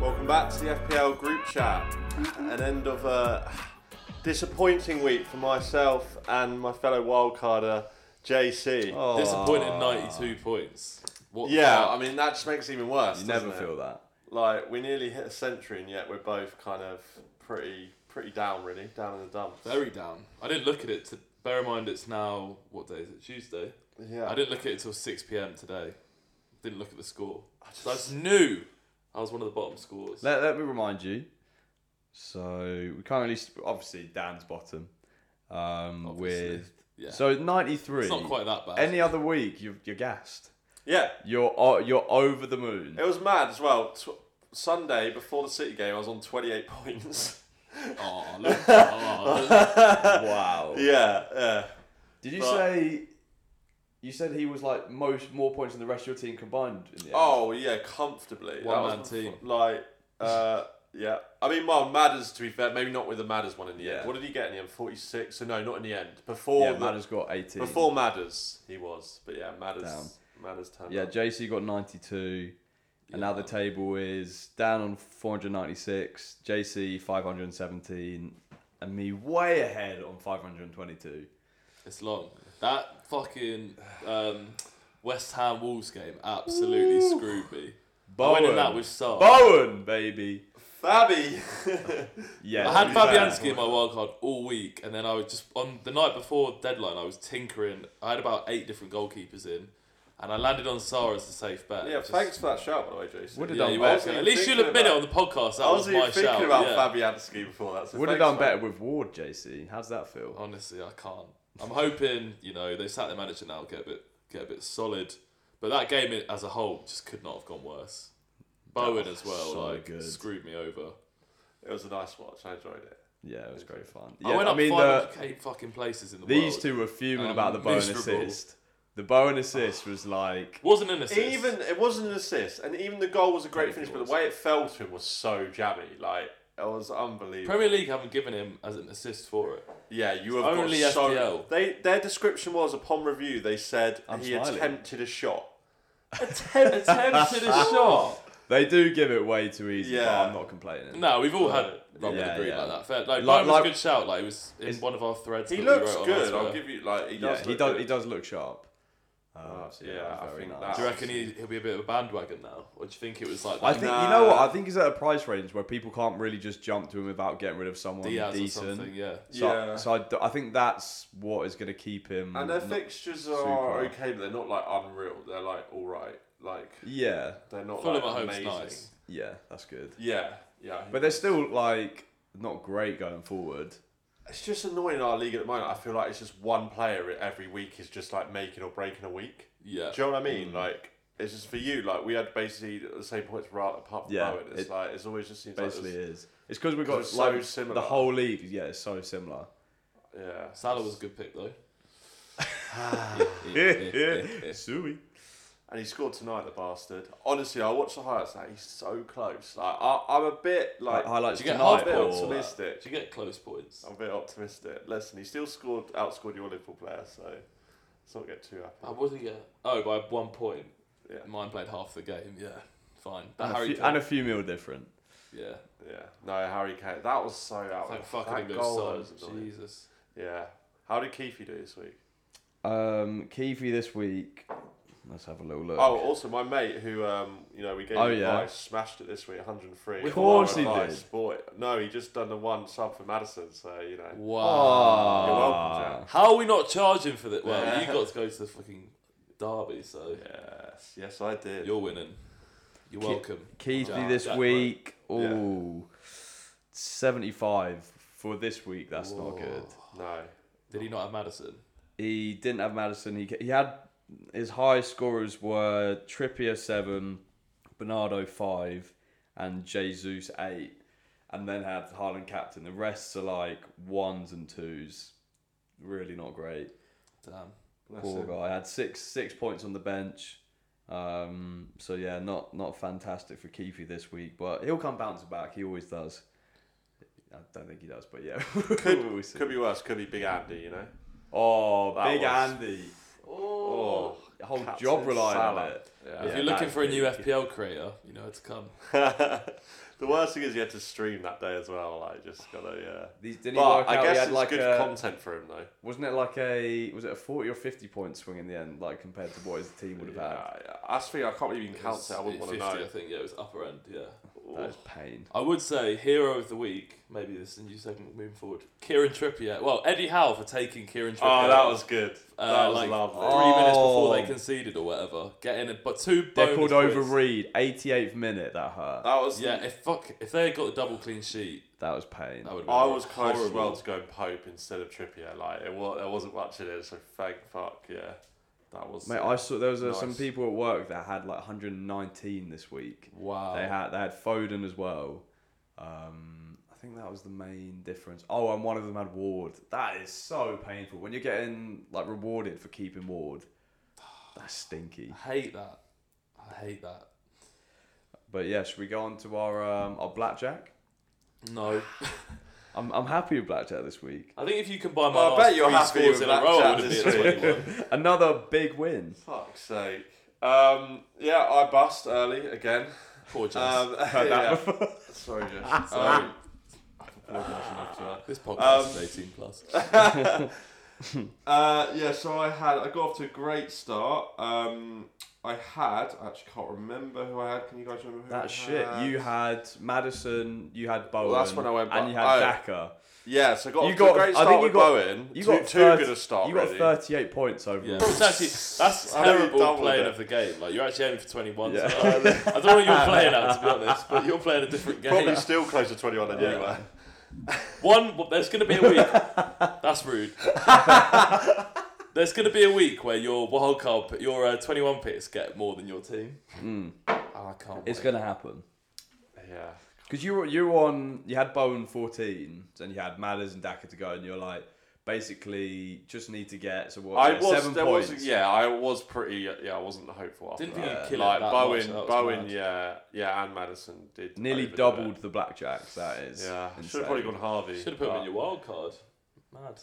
welcome back to the FPL group chat. An end of a disappointing week for myself and my fellow wildcarder, JC. Disappointed 92 points. What the Yeah, fuck? I mean, that just makes it even worse. You never doesn't it? feel that. Like, we nearly hit a century, and yet we're both kind of pretty pretty down, really, down in the dumps. very down. I didn't look at it. To, bear in mind, it's now what day is it? Tuesday. Yeah. I didn't look at it till 6 p.m. today. Didn't look at the score. So I just knew I was one of the bottom scorers. Let, let me remind you. So we currently, s- obviously, Dan's bottom. Um, Obviously. with Yeah. so ninety three. it's not quite that bad. Any other week, you you're gassed. Yeah, You're o- you're over the moon. it was mad as well. Tw- Sunday, before the City game, I was on 28 points. Aw, look, aw, wow. yeah, yeah. Did you But- say? You said he was like most more points than the rest of your team combined. In the end? Oh yeah, comfortably. That One was man team. before- Like, uh, yeah. I mean, well, Madders to be fair, maybe not with the Madders one in the Yeah. end. What did he get in the end? Forty six. So no, not in the end. Before yeah. the- Madders got eighteen. before Madders, he was. But yeah, Madders. Down. Madders turned. Yeah, up. JC got 92. And now the table is down on 496, JC 517, and me way ahead on 522. it's long. That fucking um, West Ham Wolves game absolutely screwed me. I went in that with Sar. Bowen, baby. Fabby. Yeah. uh, I had Fair. Fabianski in my wildcard all week, and then I was just on the night before deadline. I was tinkering. I had about eight different goalkeepers in, and I landed on Sar as the safe bet. yeah, Just- thanks for that shout, by the way, Jason. Would have Yeah, done you better. were. I wasn't At least even you'll admit it thinking on the podcast. That I was was, even my thinking shout. about yeah. Fabianski before that. So Would have thanks, done better mate. with Ward, JC. How's that feel? Honestly, I can't. I'm hoping you know they sat their manager now get a bit get a bit solid, but that game i- as a whole just could not have gone worse. Bowen as well, so like good. screwed me over. It was a nice watch. I enjoyed it. Yeah, it was great fun. I Yeah, went up mean, the, 500k fucking places in the these world. two were fuming Um, about the Bowen miserable. assist. The Bowen assist was like. wasn't an assist. Even it wasn't an assist, and even the goal was a great Thank finish. you, But it the way it fell to him was so jammy. Like it was unbelievable. Premier League haven't given him as an assist for it. Yeah, you have Only got so. FPL. They their description was upon review. They said I'm he smiling. attempted a shot. Attempted a shot. They do give it way too easy, Yeah. but I'm not complaining. No, we've all had Robin Yeah, agreed yeah. like that. Fair, like, Like- Bowen was like- a good shout. Like it was in Is- one of our threads. He that we looks wrote on good. Twitter. I'll give you like he Yeah, does. he look does. good. Oh, He does look sharp. Um, so yeah, that was I very think nice. that's- Do you reckon he, he'll be a bit of a bandwagon now, or do you think it was like I that think you know what? uh, Nah. I think he's at a price range where people can't really just jump to him without getting rid of someone Diaz or decent. something? Yeah. So, Yeah. so I, d- I think that's what is going to keep him. And their not- fixtures are super. okay, but they're not like unreal. They're like all right. Like yeah, they're not Fulham like, at home's amazing. nice. yeah, that's good. Yeah, yeah. But they're still like not great going forward. It's just annoying in our league at the moment. I feel like it's just one player every week is just like making or breaking a week. Yeah. Do you know what I mean? Mm. Like it's just for you. Like we had basically the same points for our apart from Yeah, Bowen. It's it- like it's always just seems Basically, like is it's because we've got 'Cause it's so like similar. the whole league. Yeah, it's so similar. there's- yeah. Salah was a good pick though. Ah, Suey. And he scored tonight, the bastard. Honestly, I watched the highlights. Like, he's so close. Like I, I'm a bit like Like, highlights Did you get tonight, half bit points? or- for that? optimistic. Did you get close points? I'm a bit optimistic. Listen, he still scored, outscored your Liverpool player, so let's not get too I happy. wasn't yet. Oh, by one point. Yeah. Mine played half the game. Yeah. Fine. That and, a Harry. few, Kane- and a few mil different. yeah. Yeah, no, Harry Kane. That was so out. Thank of fuck I that didn't go goal Salah. was annoying. Jesus. Yeah. How did Keefe do this week? Um, Keefe this week. Let's have a little look. Oh, also my mate who um, you know, we gave Oh, him yeah. advice, smashed it this week, 103. Of course he Advice, did. Boy, no, he just done the one sub for Madison, so you know. Ah. Wow. ah. You're welcome, How are we not charging for that? Well, Oh. Yeah. you got to go to the fucking derby, so Jack. Yes, yes, I did. you're winning. You're Ki- welcome. Keithley Jack- this Jack week. Yeah. Ooh, 75 for this week. That's not good. No. Did he not have Madison? He didn't have Madison. He he had his highest scorers were Trippier seven, Bernardo five, and Jesus eight, and then had Haaland captain. The rests are like ones and twos. Really not great. Damn. That's Poor it. guy. Had six six points on the bench. Um, so yeah, not not fantastic for Keefe this week, but he'll come bouncing back. He always does. I don't think he does, but yeah. Could, We'll see. could be worse, could be Big Andy, you know. oh, That big was- Andy. Oh. The whole Captain job relying on Salah. it. If Yeah, you're that looking is for a new big. FPL creator, you know where to come. the worst thing is you had to stream that day as well. Like, just gotta yeah. These didn't he But work I out. he guess had it's like good a, content for him though. wasn't it like a was it a forty or fifty point swing in the end, like compared to what his team would have had? Yeah, yeah. That's the thing. I can't believe you can count was it. I wouldn't want to 50, know. I think yeah, it was upper end. Yeah, That is pain. I would say hero of the week. Maybe this is a new segment moving forward. Kieran Trippier. Well, Eddie Howe for taking Kieran Trippier. Oh, that was good. uh, that was like lovely. three minutes before they Oh. conceded or whatever. Getting it, but two. They bonus called over points. Reed, eighty eighth minute. That hurt. That was Yeah, if fuck, if they had got the double clean sheet, That was pain. that would. I was close as horrible. well to going Pope instead of Trippier. Like it was, there wasn't much in it. So thank fuck, yeah, that was. Mate, I saw there was uh, some Nice. people at work that had like 119 this week. Wow. Oh. They had they had Foden as well. Um, I think that was the main difference. Oh, and one of them had Ward. That is so painful when you're getting like rewarded for keeping Ward. That's stinky. I hate that. I hate that. But yeah, should we go on to our um, our blackjack? No, I'm, I'm happy with blackjack this week. I think if you combine my Well, I last bet you're happy with three scores in a that row, chat it would this have been a week. twenty-one. Another big win. fuck's sake. Um, yeah, I bust early again. Poor Jess. Um, yeah. Sorry, Jess. Um, this podcast um, is 18 plus. Uh, yeah, so I had I got off to a great start. Um, I had I actually can't remember who I had. Can you guys remember who I That shit. had? You had Madison. You had Bowen. that's when I went And bu- you had oh. Daka. yeah, so I got You off got- to a great I start think you with got- Bowen. You too, got too 30 good a start. You got really. 38 points overall. Yeah, it's actually that's I know you terrible doubled playing it. of the game. Like you're actually aiming for 21. Yeah. So I, I don't know what you're playing at to be honest, but you're playing a different game. Probably still close to 21 than you were. One, well, there's going to be a week. That's rude. there's going to be a week where your wild card, p- your uh, 21 picks get more than your team. Oh, I Hmm. can't. It's wait. gonna happen. Yeah. Because you were you were on you had Bowen fourteen and you had Madders and Daka to go and you're like basically just need to get so what I yeah, was, seven there points. was, yeah, I was pretty, yeah, I wasn't hopeful after Didn't that. think you'd kill it like that much, Bowen, that was Bowen, mad. yeah, yeah, and Madison did Nearly overdo it. doubled the blackjack. That is Yeah, should insane. have probably gone Harvey. Should have put him in but- your wild card. Mad.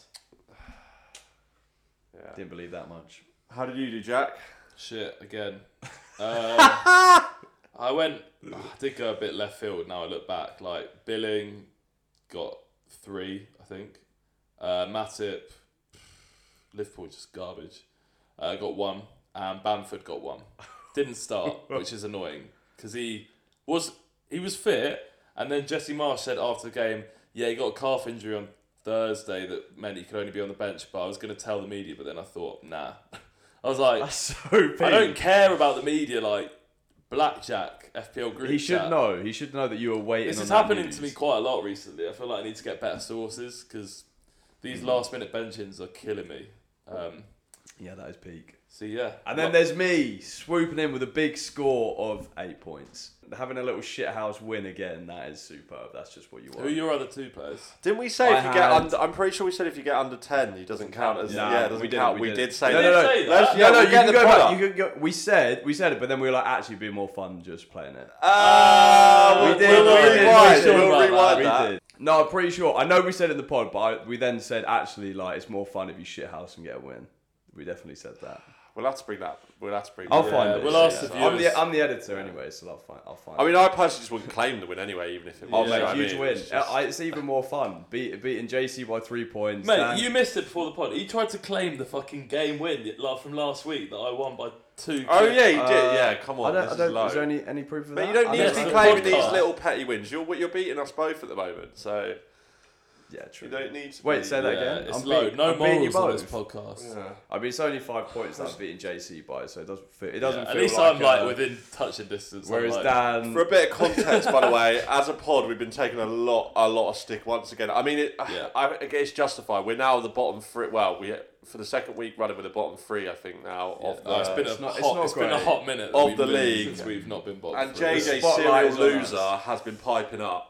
yeah. Didn't believe that much. How did you do, Jack? Shit again. Um, I went. I did go a bit left field. Now I look back, like Billing got three, I think. Uh, Matip, Liverpool just garbage. Uh, got one, and Bamford got one. Didn't start, which is annoying because he was he was fit, and then Jesse Marsh said after the game, "Yeah, he got a calf injury on Thursday that meant he could only be on the bench." But I was going to tell the media, but then I thought, nah. I was like, That's so big. I don't care about the media like blackjack FPL group. he should chat. know. He should know that you were waiting. This on is that happening news. to me quite a lot recently. I feel like I need to get better sources because these Hmm. last minute benchings are killing me. Um, Yeah, that is peak. so yeah, And then there's me swooping in with a big score of eight points, having a little shithouse win again. That is superb. That's just what you who are want. your other two players? Didn't we say I if you get had- under? I'm pretty sure we said if you get under ten, he doesn't count as. Nah, yeah, it doesn't we didn't, count. we We, didn't. did say No, that. no, no. Say that. Let's- No, yeah, no, we'll you get can the go pod back. up. You can go. We said, we said it, but then we were like, actually, it'd be more fun just playing it. Uh, Ah, We we did, did. Uh, we We'll did, we rewind. should We'll have done rewind we that. did. No, I'm pretty sure. I know we said it in the pod, but I, we then said actually, like, it's more fun if you shit house and get a win. We definitely said that. We'll have to bring that. We'll have to bring. I'll that. find Yeah, it. we'll ask the I'm viewers. the, I'm the editor anyway, so I'll find. I'll find. I mean, I personally just wouldn't claim the win anyway, even if it I'll was. Yeah, you know make what a I huge mean? win. It's I- just- I- It's even more fun. Beat, beating JC by three points. Mate, Dan- you missed it before the pod. He tried to claim the fucking game win la- from last week that I won by two. Oh clicks. yeah, you did. Uh, Yeah, come I on. don't. This I is don't low. is there any any proof of But that? you don't I need know to be it's a claiming podcast. these little petty wins. You're you're beating us both at the moment, so Yeah, you true. don't need. to Wait, be- say that Yeah, again. it's I'm low. beat- no I'm beating you morals on this both. podcast. Yeah. I mean, it's only five points that I'm beating JC by, so it doesn't feel. It Yeah, doesn't. at feel least like I'm like a- within touching distance. I'm Whereas like- Dan, For a bit of context, by the way, as a pod, we've been taking a lot, a lot of stick once again. I mean, it, Yeah. I, I guess it's justified. We're now the bottom three. Well, we for the second week running with the bottom three, I think now of the. Oh, it's been a it's not- hot. it's not it's been a great. hot minute that Of we've the been in league. since we've not been bottom. and three. JJ Spotlight serial is on us. loser has been piping up.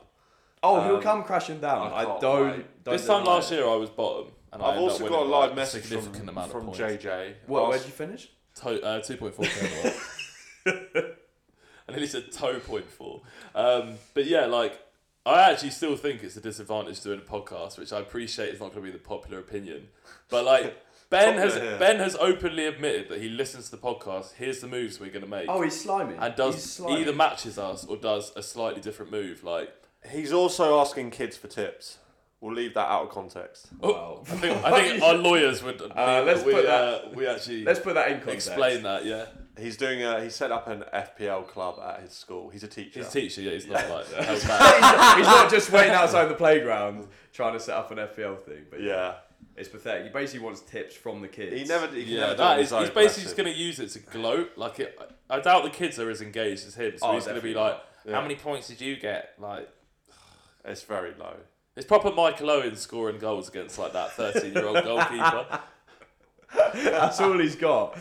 oh, he'll um, come crashing down. I I can't don't. wait. don't This time deny last it. year, I was bottom. And I I've ended up also winning got a by live a message from, significant amount from of points. JJ. What? Where'd Asked- you finish? To, uh, two point four. I nearly said toe point four. Um, but yeah, like I actually still think it's a disadvantage doing a podcast, which I appreciate is not going to be the popular opinion. But like Ben Chocolate has here. Ben has openly admitted that he listens to the podcast. Here's the moves we're gonna make, Oh, he's slimy. and He's does slimy. either matches us or does a slightly different move. Like He's also asking kids for tips. We'll leave that out of context. Wow. I think, I think our lawyers would. Uh, let's we, put uh, we actually Let's put that in context. explain that. Yeah, He's doing a. He set up an FPL club at his school. He's a teacher. he's a teacher. Yeah, he's not like held he's, back. not, he's not just waiting outside the playground trying to set up an FPL thing. But yeah, yeah. it's pathetic. He basically wants tips from the kids. He never. He can Yeah, never do it on that is. his own, He's bless basically just him. gonna use it to gloat. Like it, I doubt the kids are as engaged as him. So Oh, he's gonna definitely. be like, Yeah. "How many points did you get?" Like. It's very low. It's proper Michael Owen scoring goals against like that 13 year old goalkeeper. That's all he's got.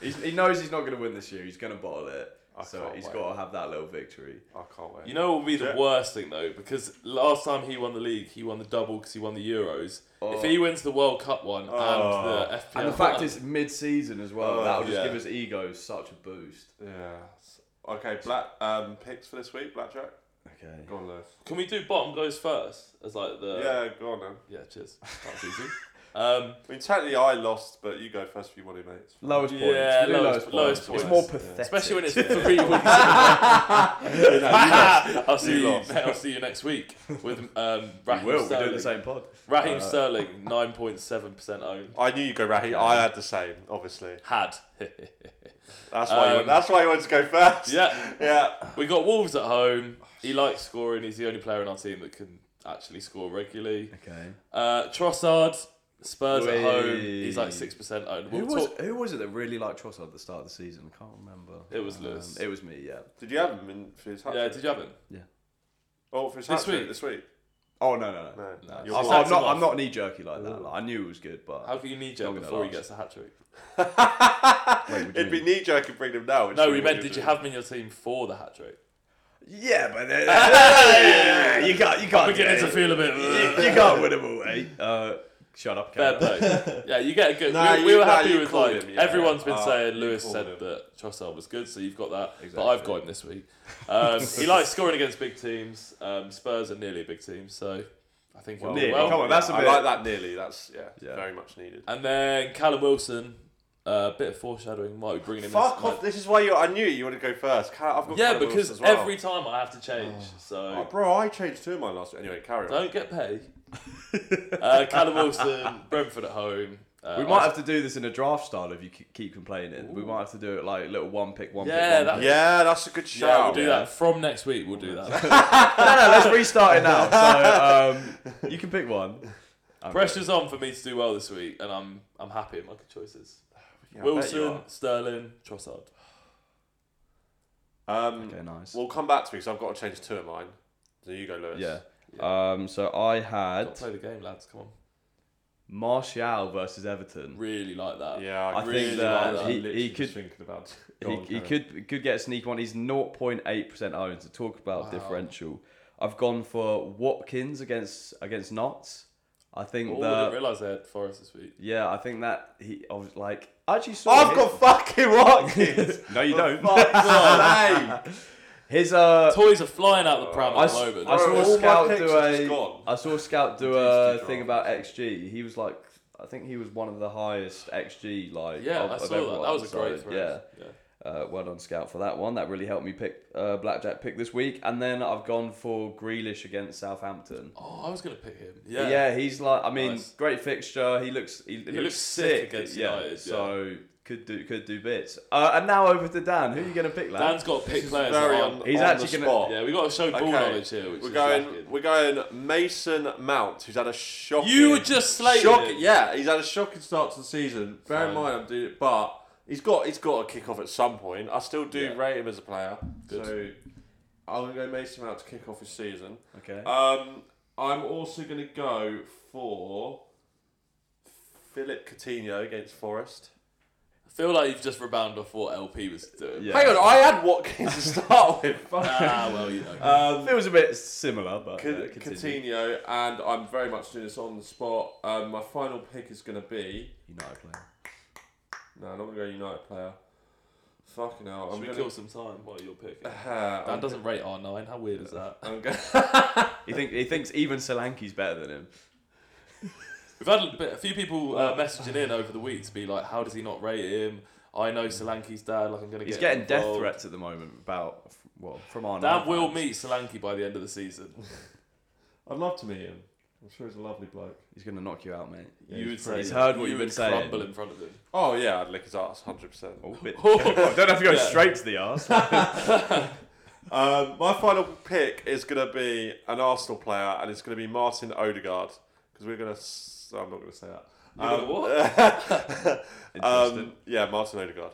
He's, he knows he's not going to win this year. He's going to bottle it. I So can't he's wait. got to have that little victory. I can't wait. You know what would be the Yeah. worst thing though? Because last time he won the league, he won the double because he won the Euros. Oh. If he wins the World Cup one Oh. and the FPL And the fact one- is, mid-season as well, Oh, that'll just yeah. give his ego such a boost. yeah. Okay. Black um, picks for this week. Blackjack. Okay. Go on, Lewis. can we do bottom goes first? As like the. yeah. Go on then. Yeah, cheers. That's easy. Um, I mean, technically I lost, but you go first if you want to, mate. Lowest points. Yeah, We do lowest- lowest points. It's more points. pathetic. especially when it's three weeks. in a row. I'll see You you. lost. I'll see you next week with um, We will. Raheem We're doing Sterling. the same Uh, pod. Raheem Sterling, nine point seven percent owned. I knew you'd go Raheem. I had the same, obviously. Had. That's why. you Um, that's why you wanted to go first. yeah. Yeah. We got Wolves at home. Oh, He likes scoring. He's the only player in our team that can actually score regularly. Okay. Uh, Trossard, Spurs at home. Wee. He's like six percent owned. Who We'll was, talk- who was it that really liked Trossard at the start of the season? I can't remember. Um, It was Lewis. it was me, yeah. Did you have him in for his hat? yeah, did you have him? Oh, for his This hat trick week? This week. Oh, no, no, no. No. No. You're I'm, He right. sacked I'm him not, off. I'm not knee-jerky like that. like, I knew it was good, but... How can you need Not Joe gonna before he last. gets a hat trick? Wait, what do you It'd be mean? knee jerk and bring him now. which No, we we wouldn't meant do. did you have him in your team for the hat trick? Yeah, but... then- Yeah, you can't... You can't... Beginning to feel a You, bit. you can't win them away. Uh, shut up, Fair Kevin. play. Yeah, you get a good. No, we, you- we were no, happy you with called like him, yeah. everyone's been Oh, saying. you Lewis called said him. that Trossard was good, so you've got that. But Exactly. I've got him this week. Um, he likes scoring against big teams. Um, Spurs are nearly a big team, so I think he'll do Nearly, well. come on, that's a I bit- like that nearly. That's yeah, Yeah. very much needed. And then Callum Wilson, uh, a bit of foreshadowing, might be bringing him. Fuck in off! This is why you. I knew you wanted to go first. Ca- I've got Yeah, Callum Wilson because as well. every time I have to change, Oh, so bro, I changed two of mine last. Anyway, carry on. don't get paid. uh, Callum Wilson, Brentford at home. Uh, We might have to do this in a draft style if you ke- keep complaining. We might have to do it like little one pick, one Yeah, pick, that- one pick. Yeah, that's a good Yeah, shout. we'll do that from next week. We'll do that. No, no, let's restart it now. So um, you can pick one. I'm Pressure's on for me to do well this week, and I'm I'm happy with my choices. Yeah, I bet you Wilson, Sterling, Trossard. are. Um, ready. Okay, nice. We'll come back to me because I've got to change two of mine. So you go, Lewis. yeah. Um, so I Got had to play the game, lads. Come on. Martial versus Everton. Really like that. Yeah, I think really that like he- I'm literally he just could- thinking about. Go He, on, carry he could could get a sneak one. He's 0.8% owned. To talk about Wow. differential, I've gone for Watkins against against Knots. I think Oh, I that didn't realise they had Forest this week. Yeah, I think that he. I was like, I actually on. saw. I've his, got fucking Watkins. No, you don't. Fuck's sake. His uh, Toys are flying out the pram I, at s- the moment. I Bro, saw all my Scout picks do are just a. gone. I saw Scout do Reduced a to thing draft. about XG. He was like, I think he was one of the highest XG like. yeah, of, I of saw that. everyone. That was a So, great throw. Yeah. Uh, well done, Scout, for that one. That really helped me pick uh, Blackjack pick this week. And then I've gone for Grealish against Southampton. Oh, I was gonna pick him. Yeah, Yeah. he's like, I mean, Nice. great fixture. He looks, he, looks, looks sick sick against yeah. United, yeah. So could do, could do bits. Uh, and now over to Dan. Who are you going to pick, lad? Dan's got to pick players. Very that on, aren't- He's on actually the gonna- spot. Yeah, we got to show ball knowledge here. Which we're is going. lacking. We're going. Mason Mount, who's had a shocking. You were just slating Shock, him. yeah, he's had a shocking start to the season. Bear in Fine. mind, I'm doing it, but he's got he's got to kick off at some point. I still do Yeah. rate him as a player, Good. so I'm gonna go Mason Mount to kick off his season. Okay. Um, I'm also gonna go for Philip Coutinho against Forest. I feel like you've just rebounded off what LP was doing. Yeah. Hang on, I had Watkins to start with. Ah, well, you know. Um, Feels a bit similar, Ah, but C- uh, continue. Coutinho, and I'm very much doing this on the spot. Um, my final pick is going to be United player. no, I'm not going to go United player. Fucking hell, Should I'm we going kill some time while you're picking? Dan I'm, doesn't rate R9. How weird is that? I'm going. He think he thinks even Solanke's better than him. We've had a, bit, a few people uh, messaging in over the week to be like, how does he not rate him? I know Solanke's dad. Like I'm gonna He's get getting death involved. threats at the moment about well from our Dad nine will fans. meet Solanke by the end of the season. I'd love to meet him. I'm sure he's a lovely bloke. He's gonna knock you out, mate. Yeah, you he's would say pretty- He's heard what you you've would been saying. crumble in front of him. Oh yeah, I'd lick his ass, hundred percent. Oh, bit. Oh, I don't have to go yeah. straight to the arse. Um, my final pick is going to be an Arsenal player, and it's going to be Martin Odegaard because we're going to. S- oh, I'm not going to say that. You're gonna what? um, Interesting. yeah, Martin Odegaard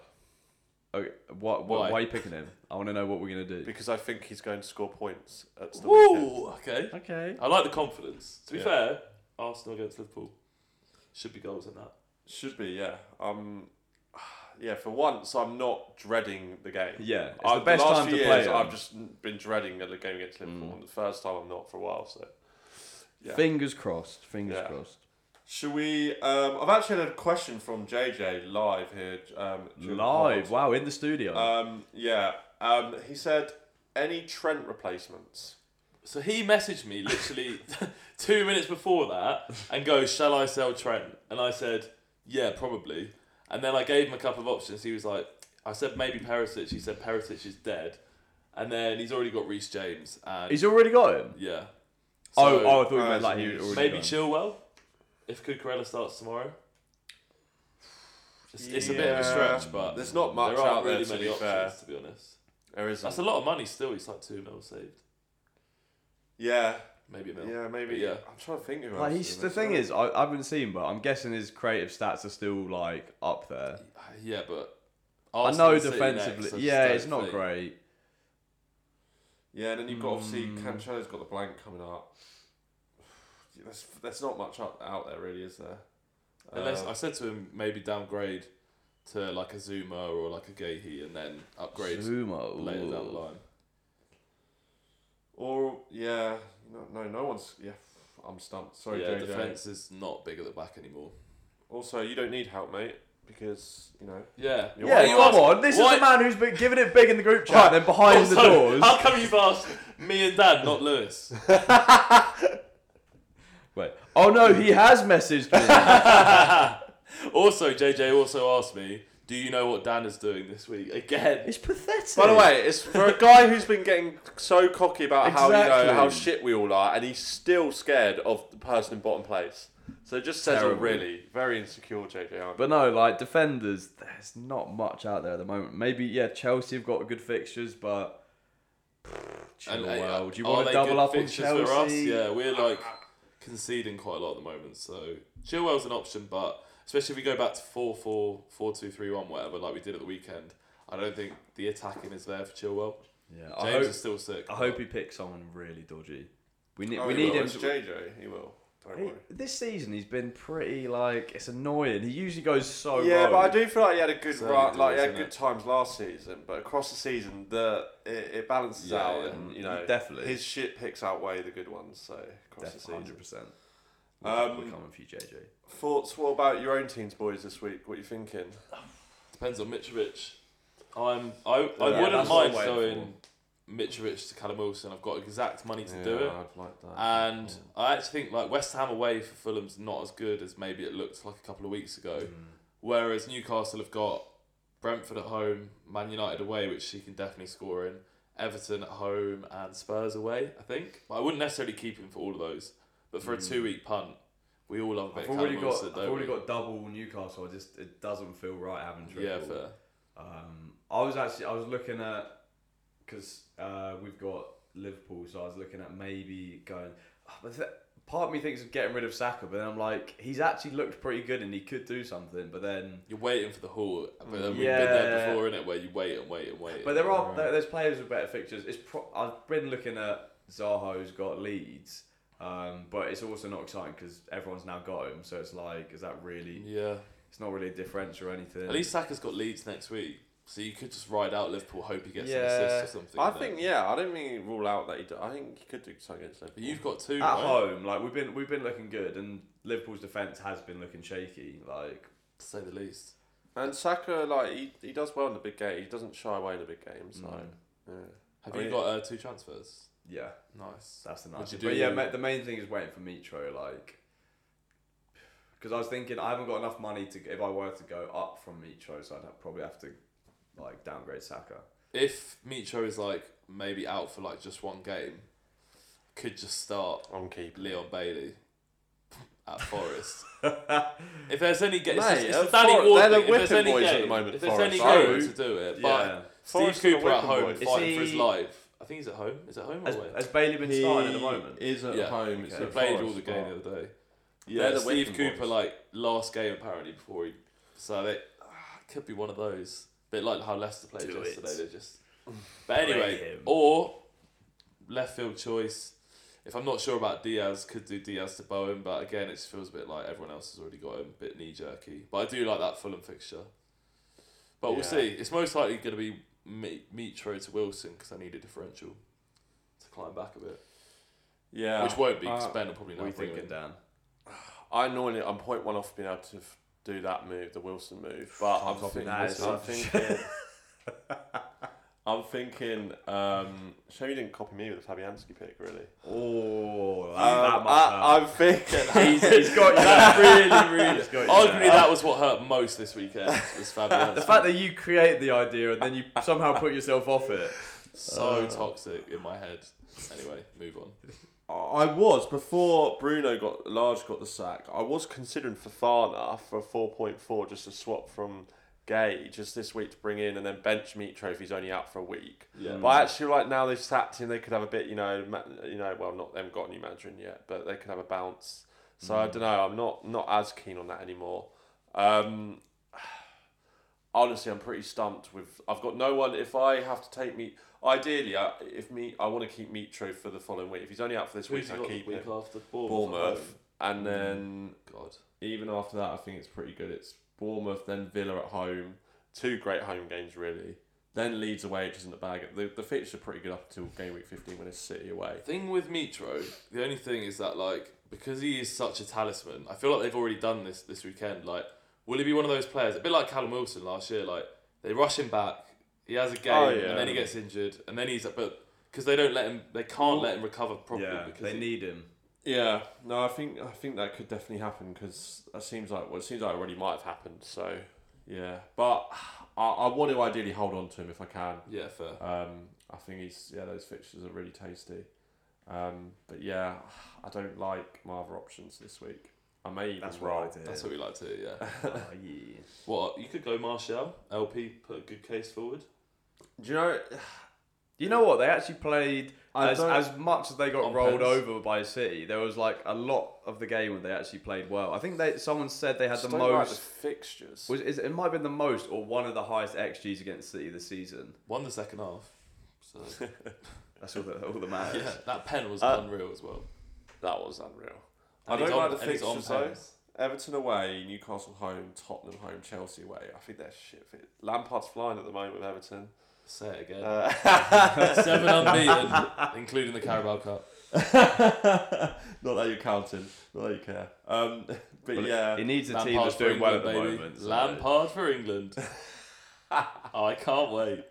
okay, what, what, why? Why? are you picking him? I want to know what we're gonna do. because I think he's going to score points at the weekend. Woo! Okay. Okay. I like the confidence. To be Yeah. fair, Arsenal against Liverpool should be goals in that. Should be, yeah. Um, yeah. For once, I'm not dreading the game. Yeah, it's I- the best last time few to play. years, him. I've just been dreading the game against Mm. Liverpool. and The first time, I'm not for a while. So, yeah. Fingers crossed. Fingers Yeah. crossed. Should we? Um, I've actually had a question from JJ live here. Um, during the Live. pod. Wow, in the studio. Uh, Um, yeah. Um, he said, any Trent replacements? So he messaged me literally two minutes before that and goes, Shall I sell Trent? And I said, Yeah, probably. And then I gave him a couple of options. He was like, I said maybe Perisic. He said Perisic is dead. And then he's already got Reece James. And He's already got him. yeah. oh, So oh, I thought you uh, meant like so he he's- already maybe got him. Chilwell if Cucurella starts tomorrow. It's, it's a bit of Yeah. a stretch, but There's not much Uh, there aren't out there, really to many be options fair. to be honest. There isn't. That's a lot of money still. He's like two mil saved, yeah. maybe a mil. Yeah, maybe. But yeah. I'm trying to think who Like else he's is the in thing there. is, I, I haven't seen, but I'm guessing his creative stats are still like up there. Yeah, but I know Arsenal City next, defensively, I just yeah, don't it's not think- great. Yeah, and then you've got obviously Cancelo's got the blank coming up. There's, there's not much up, out there really, is there? Unless Uh, I said to him maybe downgrade to like a Zuma or like a Gahey and then upgrade Zuma, later down the ooh. line. or yeah, no, no, no one's. Yeah, I'm stumped. Sorry, yeah, JJ. defense is not big at the back anymore. Also, you don't need help, mate, because you know. Yeah, Yeah, Why Yeah, are you come asking- on. This why- is a man who's been giving it big in the group chat, then behind oh, the Also, doors. How come you've asked me and Dad, not Lewis? Wait. Oh no, he has messaged me. also, JJ also asked me, do you know what Dan is doing this week? Again. it's pathetic. By the way, it's for a guy who's been getting so cocky about how you Exactly. know how shit we all are, and he's still scared of the person in bottom place. So it just says Terrible. all really very insecure, JJ. Aren't But no, like defenders, there's not much out there at the moment. Maybe yeah, Chelsea have got good fixtures, but And, Chilwell, uh, do you are want they to double good up on fixtures for Chelsea? us? Yeah, we're like conceding quite a lot at the moment. So Chilwell's an option, but especially if we go back to 4 4, 4 2, 3 1, whatever, like we did at the weekend, I don't think the attacking is there for Chilwell. Yeah, James I hope is still sick. I hope he picks someone really dodgy. We need Oh, we he need will. him. It's to- JJ. He will. Don't He- worry. this season he's been pretty like it's annoying. He usually goes so yeah, low. but I do feel like he had a good Oh, Certainly run, like he does, had isn't good times last season, but across the season the it, it balances Yeah, out, yeah. and you know Definitely. his shit picks outweigh the good ones. So across the season, hundred percent. Um, We're coming for you, JJ. thoughts? What about your own teams, boys? This week, what you thinking? Depends on Mitrovic. I'm, I, I Yeah, wouldn't that's what I'm mind waiting going Mitrovic to Callum Wilson. I've got exact money to do it. I'd like that. And Mm. I actually think like West Ham away for Fulham's not as good as maybe it looked like a couple of weeks ago. Whereas Newcastle have got Brentford at home, Man United away, which she can definitely score in, Everton at home, and Spurs away. I think, but I wouldn't necessarily keep him for all of those. But for a two-week punt, we all love a bit Hmm. I've of already Callum got Wilson, I've don't already we? got double Newcastle. I just it doesn't feel right having triple. Yeah, fair. Um, I was actually I was looking at because uh, we've got Liverpool, so I was looking at maybe going. "Ah, but th- part of me thinks of getting rid of Saka, but then I'm like, he's actually looked pretty good and he could do something. But then, You're waiting for the haul, but then we've been Yeah. there before, innit? Where you wait and wait and wait. but there are there- there's players with better fixtures. It's pro- I've been looking at Zaha's got Leeds, um, but it's also not exciting because everyone's now got him. So it's like, is that really? yeah. It's not really a differential or anything. At least Saka's got Leeds next week, so you could just ride out Liverpool, hope he gets Yeah. an assist or something. I innit? think yeah, I don't think you rule out that he. Do, I think he could do something against Liverpool. But you've got two, at right? home, like we've been we've been looking good, and Liverpool's defense has been looking shaky. Like to say the least. and Saka like he, he does well in the big game. He doesn't shy away in the big games. So Mm. yeah. Have I you mean- got uh, two transfers? Yeah, Nice. that's the Would nice. you But do- yeah, ma- the main thing is waiting for Mitro. Like, because I was thinking I haven't got enough money to if I were to go up from Mitro, so I'd have, probably have to like downgrade Saka. If Micho is like maybe out for like just one game, could just start On keeper. Leon Bailey at Forest. if there's any, get, it's, just- Mate, it's the at Danny Forest- Ward they're the thing. If there's whipping any boys at game, the moment, if there's Forest. any Oh. game to do it, Yeah. but Steve Forest are the Cooper at whipping home boys. Is fighting for his he- life. I think he's at home. Is it home or Has, away? has Bailey been starting at the moment? is at Yeah. home. It's Okay. He at played all Forest, the game but- the other day. They're Yeah, the Steve whipping Cooper boys. like last game apparently before he. So they ah, it could be one of those. Bit like how Leicester played Do it. yesterday. They just. But anyway, him. or left field choice. If I'm not sure about Diaz, could do Diaz to Bowen, but again, it just feels a bit like everyone else has already got him, a bit knee jerky. But I do like that Fulham fixture. But Yeah. we'll see. It's most likely going to be Mi- Mitro to Wilson because I need a differential to climb back a bit, Yeah. which won't be because Uh, Ben will probably What are you not bring him thinking, in. Dan? I normally I'm point one off being able to f- do that move, the Wilson move, but I'm, Time's up thinking, in Wilson. I'm thinking, I'm thinking. Um, shame you didn't copy me with the Fabianski pick, really. Oh, that, Um, I, I'm thinking. he's, he's got you. That really, really. Arguably, that was what hurt most this weekend. Was Fabian. The fact that you create the idea and then you somehow put yourself off it. Uh. so toxic in my head. Anyway, move on. I was before Bruno got large got the sack. I was considering Fafana for four point four, just a swap from Gay just this week to bring in, and then bench meat trophies only out for a week. Yeah. But I actually, right now they've sacked him. They could have a bit, you know, ma- you know. Well, not they haven't got a new manager in yet, but they could have a bounce. So I don't know. I'm not not as keen on that anymore. Um, honestly, I'm pretty stumped with. I've got no one. If I have to take meat, ideally, I, if me, I want to keep Mitro for the following week. If he's only out for this week, Who's he I got the keep week him. after Bournemouth? Bournemouth, and then God. even after that, I think it's pretty good. It's Bournemouth, then Villa at home. Two great home games, really. Then Leeds away, which isn't a bag. The, the fixtures are pretty good up until game week 15 when it's City away. Thing with Mitro, the only thing is that like because he is such a talisman, I feel like they've already done this this weekend. Like, will he be one of those players? A bit like Callum Wilson last year. Like they rush him back, he has a game, Oh, yeah. and then he gets injured, and then he's but because they don't let him, they can't let him recover properly Yeah, because they he- need him. Yeah, no, I think I think that could definitely happen because that seems like well, it seems like it already might have happened. So yeah, but I, I want to ideally hold on to him if I can. yeah, fair. Um, I think he's yeah, those fixtures are really tasty. Um, but yeah, I don't like my other options this week. I may even That's roll. right. That's what we like to hear. Yeah. Oh, yeah. What you could go Martial, LP put a good case forward. Do you know? You know what? They actually played I as, don't- as much as they got On rolled pens. over by City. There was like a lot of the game where they actually played well. I think they someone said they had Just the don't like the most. fixtures. was is, it might have been the most or one of the highest xGs against City this season. Won the second half. So That's all that all that matters. yeah, that pen was Uh, unreal as well. That was unreal. And I he's don't on- like the and he's on fixtures though. pens. Everton away, Newcastle home, Tottenham home, Chelsea away. I think they're shit fit. Lampard's flying at the moment with Everton. Say it again. Uh, Seven unbeaten, including the Carabao Cup. not that you're counting, not that you care. Um, but Well, yeah, It needs a team Lampard that's for doing well at the England, moment. so- Lampard for England. oh, I can't wait.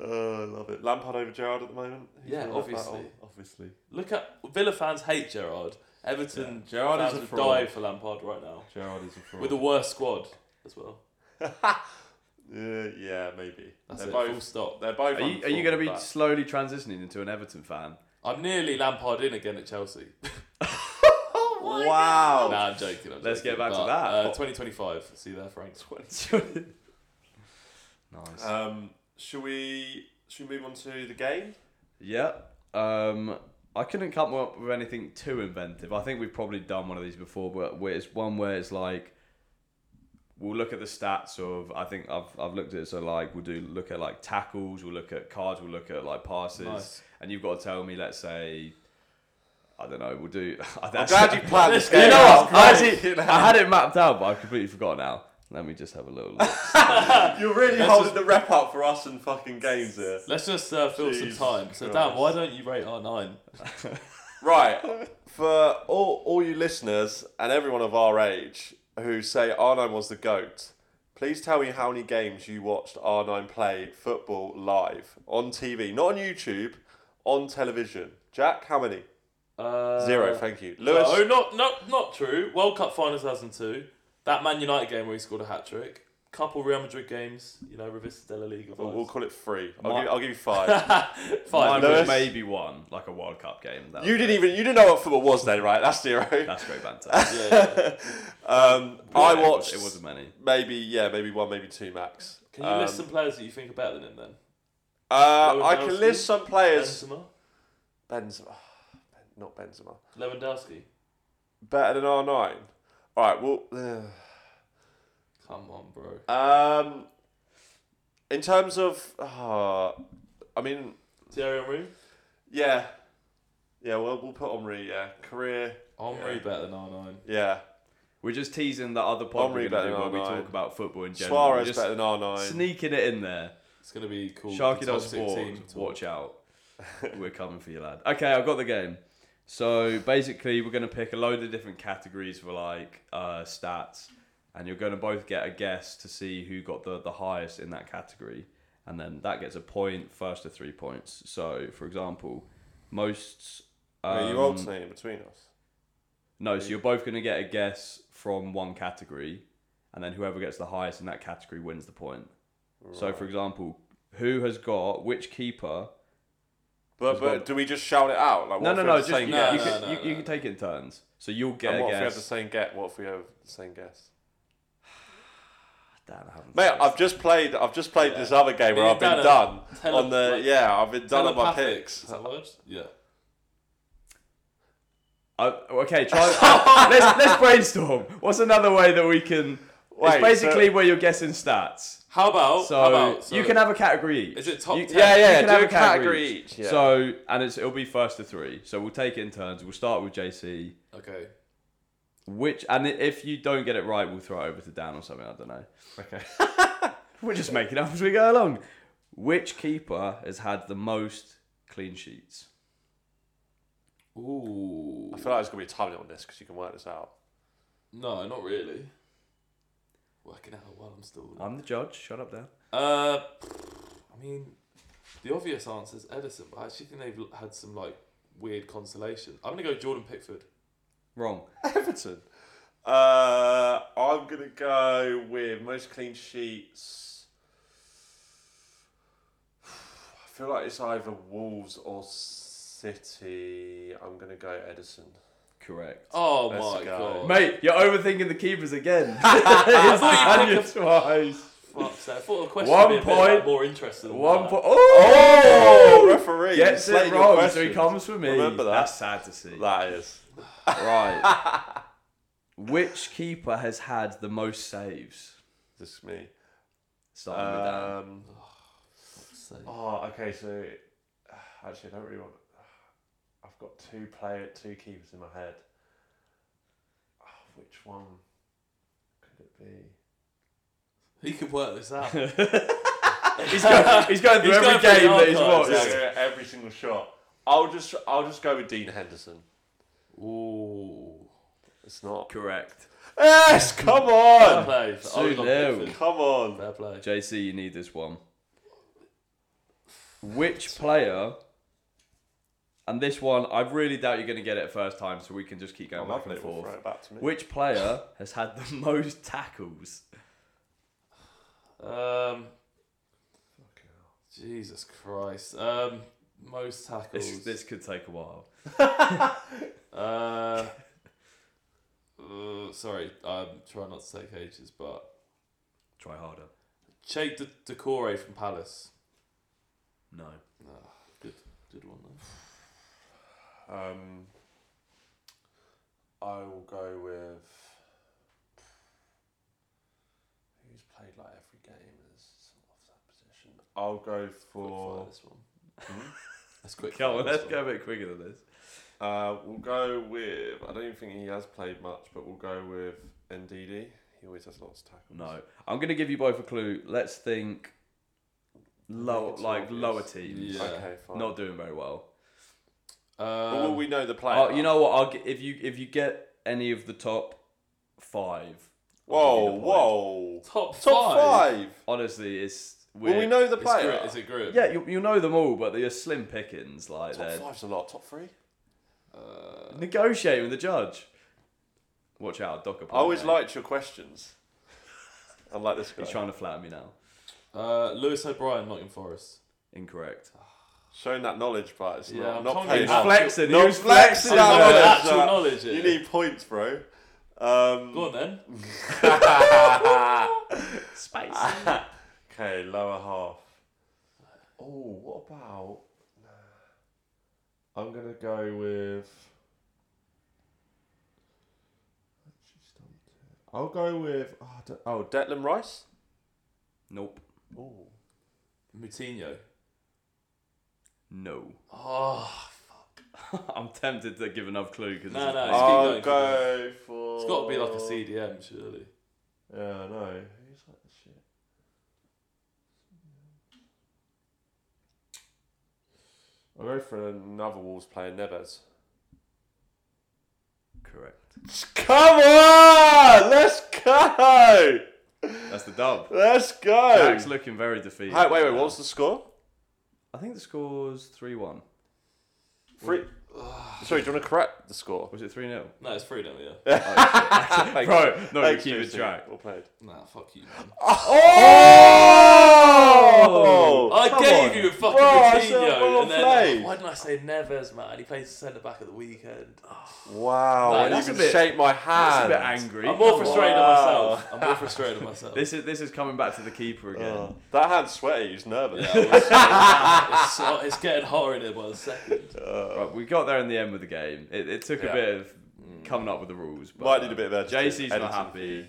Oh, I love it. Lampard over Gerard at the moment. Who's Yeah, gonna like that? obviously. Oh, obviously. Look at Villa fans hate Gerard. Everton Yeah, Gerrard is fans a would fraud. die for Lampard right now. Gerard is a fraud. With the worst squad as well. Uh, yeah, maybe. That's they're it. Full both. stop. They're both. Are you, are you going to be slowly transitioning into an Everton fan? I'm nearly Lampard in again at Chelsea. wow. nah, I'm joking. I'm Let's get joking. back to But, that. Uh, 2025. See you there, Frank. nice. Um, should we? Should we move on to the game? Yeah. Um, I couldn't come up with anything too inventive. I think we've probably done one of these before, but where it's one where it's like we'll look at the stats of. I think I've I've looked at it. So like we'll do look at like tackles. We'll look at cards. We'll look at like passes. Nice. And you've got to tell me. Let's say. I don't know. We'll do. I'm glad you planned this You game know out. what? I, Great. actually- I had it mapped out, but I've completely forgot now. Let me just have a little look. You're really holding the rep up for us and fucking games here. Let's just uh, fill Jesus some time. So, Dan, Christ. why don't you rate R9? Right, for all, all you listeners and everyone of our age who say R9 was the GOAT, please tell me how many games you watched R9 play football live on TV, not on YouTube, on television. Jack, how many? Uh, Zero, thank you. Lewis. No, not not not true. World Cup final 2002. That Man United game where he scored a hat trick. Couple Real Madrid games. You know, Revista de la Liga. We'll, we'll vibes. call it three. I'll, My- give, I'll give you five. Five. Mine was Lewis. maybe one, like a World Cup game. That you was didn't great. even. You didn't know what football was then, right? That's zero. That's great banter. yeah, yeah. um, I Yeah, it was- watched. It wasn't many. maybe yeah, maybe one, maybe two max. Can you Um, list some players that you think are better than him then? Uh, I Lewandowski? can list some players. Benzema, Benzema, Ah, Ben- not Benzema. Lewandowski. Better than R nine. All right. Well, uh, Come on, bro. um, in terms of, uh, I mean, Thierry Henry. yeah, yeah. We'll we'll put Henri. Yeah, career. Henry Yeah. better than R nine. Yeah, We're just teasing that other pod Omri we're going better to do where than we R9. talk about football in general. Suarez We're just better than R nine. sneaking it in there. It's gonna be called Sharky the does Toxic board. team Talk. Watch out. We're coming for you, lad. Okay, I've got the game. So basically, we're going to pick a load of different categories for like uh, stats, and you're going to both get a guess to see who got the, the highest in that category. And then that gets a point, first to three points. So, for example, most. Um, Wait, you alternating between us. No, so you're both going to get a guess from one category, and then whoever gets the highest in that category wins the point. So, for example, who has got which keeper? But There's one- but do we just shout it out? Like what No, if no, we no. have Just the same you, No, guess? you, no, can, no, you, no. you can take it in turns. So you'll get And a what if we have the guess. same get? What if we have the same guess? Damn, I haven't. Mate, guessed. I've just played. I've just played Yeah. this other game where You've I've been done done a tele- on the like, yeah. I've been done on my Telepathic, picks. Is that the word? Yeah. I- Oh, okay, try. let's, let's brainstorm. What's another way that we can? Wait, it's basically where you're guessing stats. How about? So, how about? so- you can have a category. Each. Is it top You- 10? Yeah, yeah, you can do have a a category category each, yeah. So and it's it'll be first to three. So we'll take it in turns. We'll start with JC. Okay. Which and i- if you don't get it right, we'll throw it over to Dan or something. I don't know. Okay. We're just making up as we go along. Which keeper has had the most clean sheets? Ooh. I feel like there's gonna be a time limit on this because you can work this out. No, not really. Working out while I'm still. I'm the judge. Shut up, Dan. Uh, I mean, the obvious answer is Edison, but I actually think they've l- had some like weird consolation. I'm gonna go Jordan Pickford. Wrong. Everton. Uh, I'm gonna go with most clean sheets. I feel like it's either Wolves or City. I'm gonna go Edison. Correct. Oh Let's my go. god! Mate, you're overthinking the keepers again. It's and you're twice. Fuck's sake, I thought the question One would be a bit, point. like, more interesting. than One that. point. Oh, referee! gets you it slayed your wrong. So question. he comes for me. Remember that. That's sad to see. That is. Right. Which keeper has had the most saves? This is me. Starting with Dan. Um, Fuck's sake. oh, okay. So actually, I don't really want. I've got two player, two keepers in my head. Oh, which one could it be? He could work this out. He's going, he's going through every He's going through the game that he's archives. watched. Oh, Yeah, yeah, every single shot. I'll just, I'll just go with Dean Henderson. Ooh. It's not. Correct. Yes, come Fair on, play. for- I would Soon love there. Pickford. come on. Fair play. JC, you need this one. Which player? And this one, I really doubt you're going to get it first time, so we can just keep I'm going back lovely. and We'll throw forth. it back to me. Which player has had the most tackles? Um, Jesus Christ. Um, most tackles. This, this could take a while. Uh, uh, sorry, I'm trying not to take ages, but Try harder. Jake De- Decore from Palace. No. Ah, good, good one. Though. Um, I will go with who's played like every game as sort of that position. I'll go Quick fire for hmm? this one. That's quick. Um, Come fire, on, this let's one. go a bit quicker than this. uh, we'll go with. I don't even think he has played much, but we'll go with NDD. He always has lots of tackles. No. I'm going to give you both a clue. Let's think low, it's like obvious. lower teams. Yeah. Okay, fine. Not doing very well. but will Um, we know the player? Oh, you know what? I'll get, if you if you get any of the top five. I'll give Whoa, you the point. whoa. top Top five. five. Honestly, it's weird. Will we know the It's gri- player? Is it group? Yeah, you, you know them all, but they're slim pickings. Like Top they're five's a lot. Top three. Uh, Negotiate with the judge. Watch out, Docker. I always liked your questions. Unlike this guy. He's trying to flatter me now. uh, Lewis O'Brien, Nottingham Forest. Incorrect. Showing that knowledge, but it's Yeah, not, I'm not confident. paying He's off. flexing. Not he was flexing. flexing. no, I've got no, actual no. knowledge. You here. need points, bro. Um, Go on then. Space. okay, lower half. Oh, what about? I'm gonna go with. I'll go with oh, I don't- oh Declan Rice. Nope. Oh, Moutinho. No. Oh, I'm tempted to give another clue because No, no, it's- I'll keep going, go keep for. it's got to be like a CDM, surely. Yeah, I know. Who's like the shit? I'll go for another Wolves player, Neves. correct. Come on! Let's go! That's the dub. Let's go! Jack's looking very defeated. Hey, wait, wait, now. what's the score? I think the score's three one. Three. Sorry, do you want to correct the score? Was it three 0 No, it's freedom, yeah. Oh, Bro, no, Thanks, keep it Jason. track. Well played. Nah, fuck you, man. Oh! I Come gave on. you a fucking Bro, I said Coutinho, well and then played. why didn't I say Neves, man? He plays centre back at the weekend. Oh, Wow, No, I didn't that's even a bit- shake my That's a hand. bit angry. I'm more frustrated at Wow. myself. I'm more frustrated at myself. This is this is coming back to the keeper again. Oh, that hand's sweaty, he's nervous. yeah, I was- it's, so- it's getting hotter in here by the second. Uh, Right, we got there in the end with the game. It, it took Yeah. Mm. a bit of coming up with the rules. But, Might need a bit of uh, editing- JC's not editing. happy.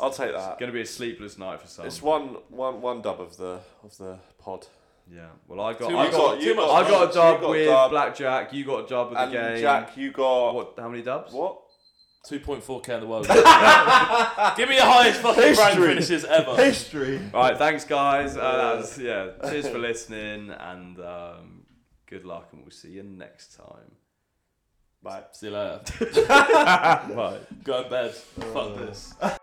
I'll take that. It's going to be a sleepless night for some. It's one, one, one dub of the of the pod. Yeah. Well, I got Two I weeks got, off. too much. I got a you dub with dub, blackjack. You got a dub with and the game. Jack, you got what? what? How many dubs? 2.4k in the world. Give me the highest fucking History. rank finishes ever. History. All right. Thanks, guys. Uh, that was- yeah. Cheers for listening, and um, good luck, and we'll see you next time. Bye. See you later. Bye. Go to bed. Fuck this.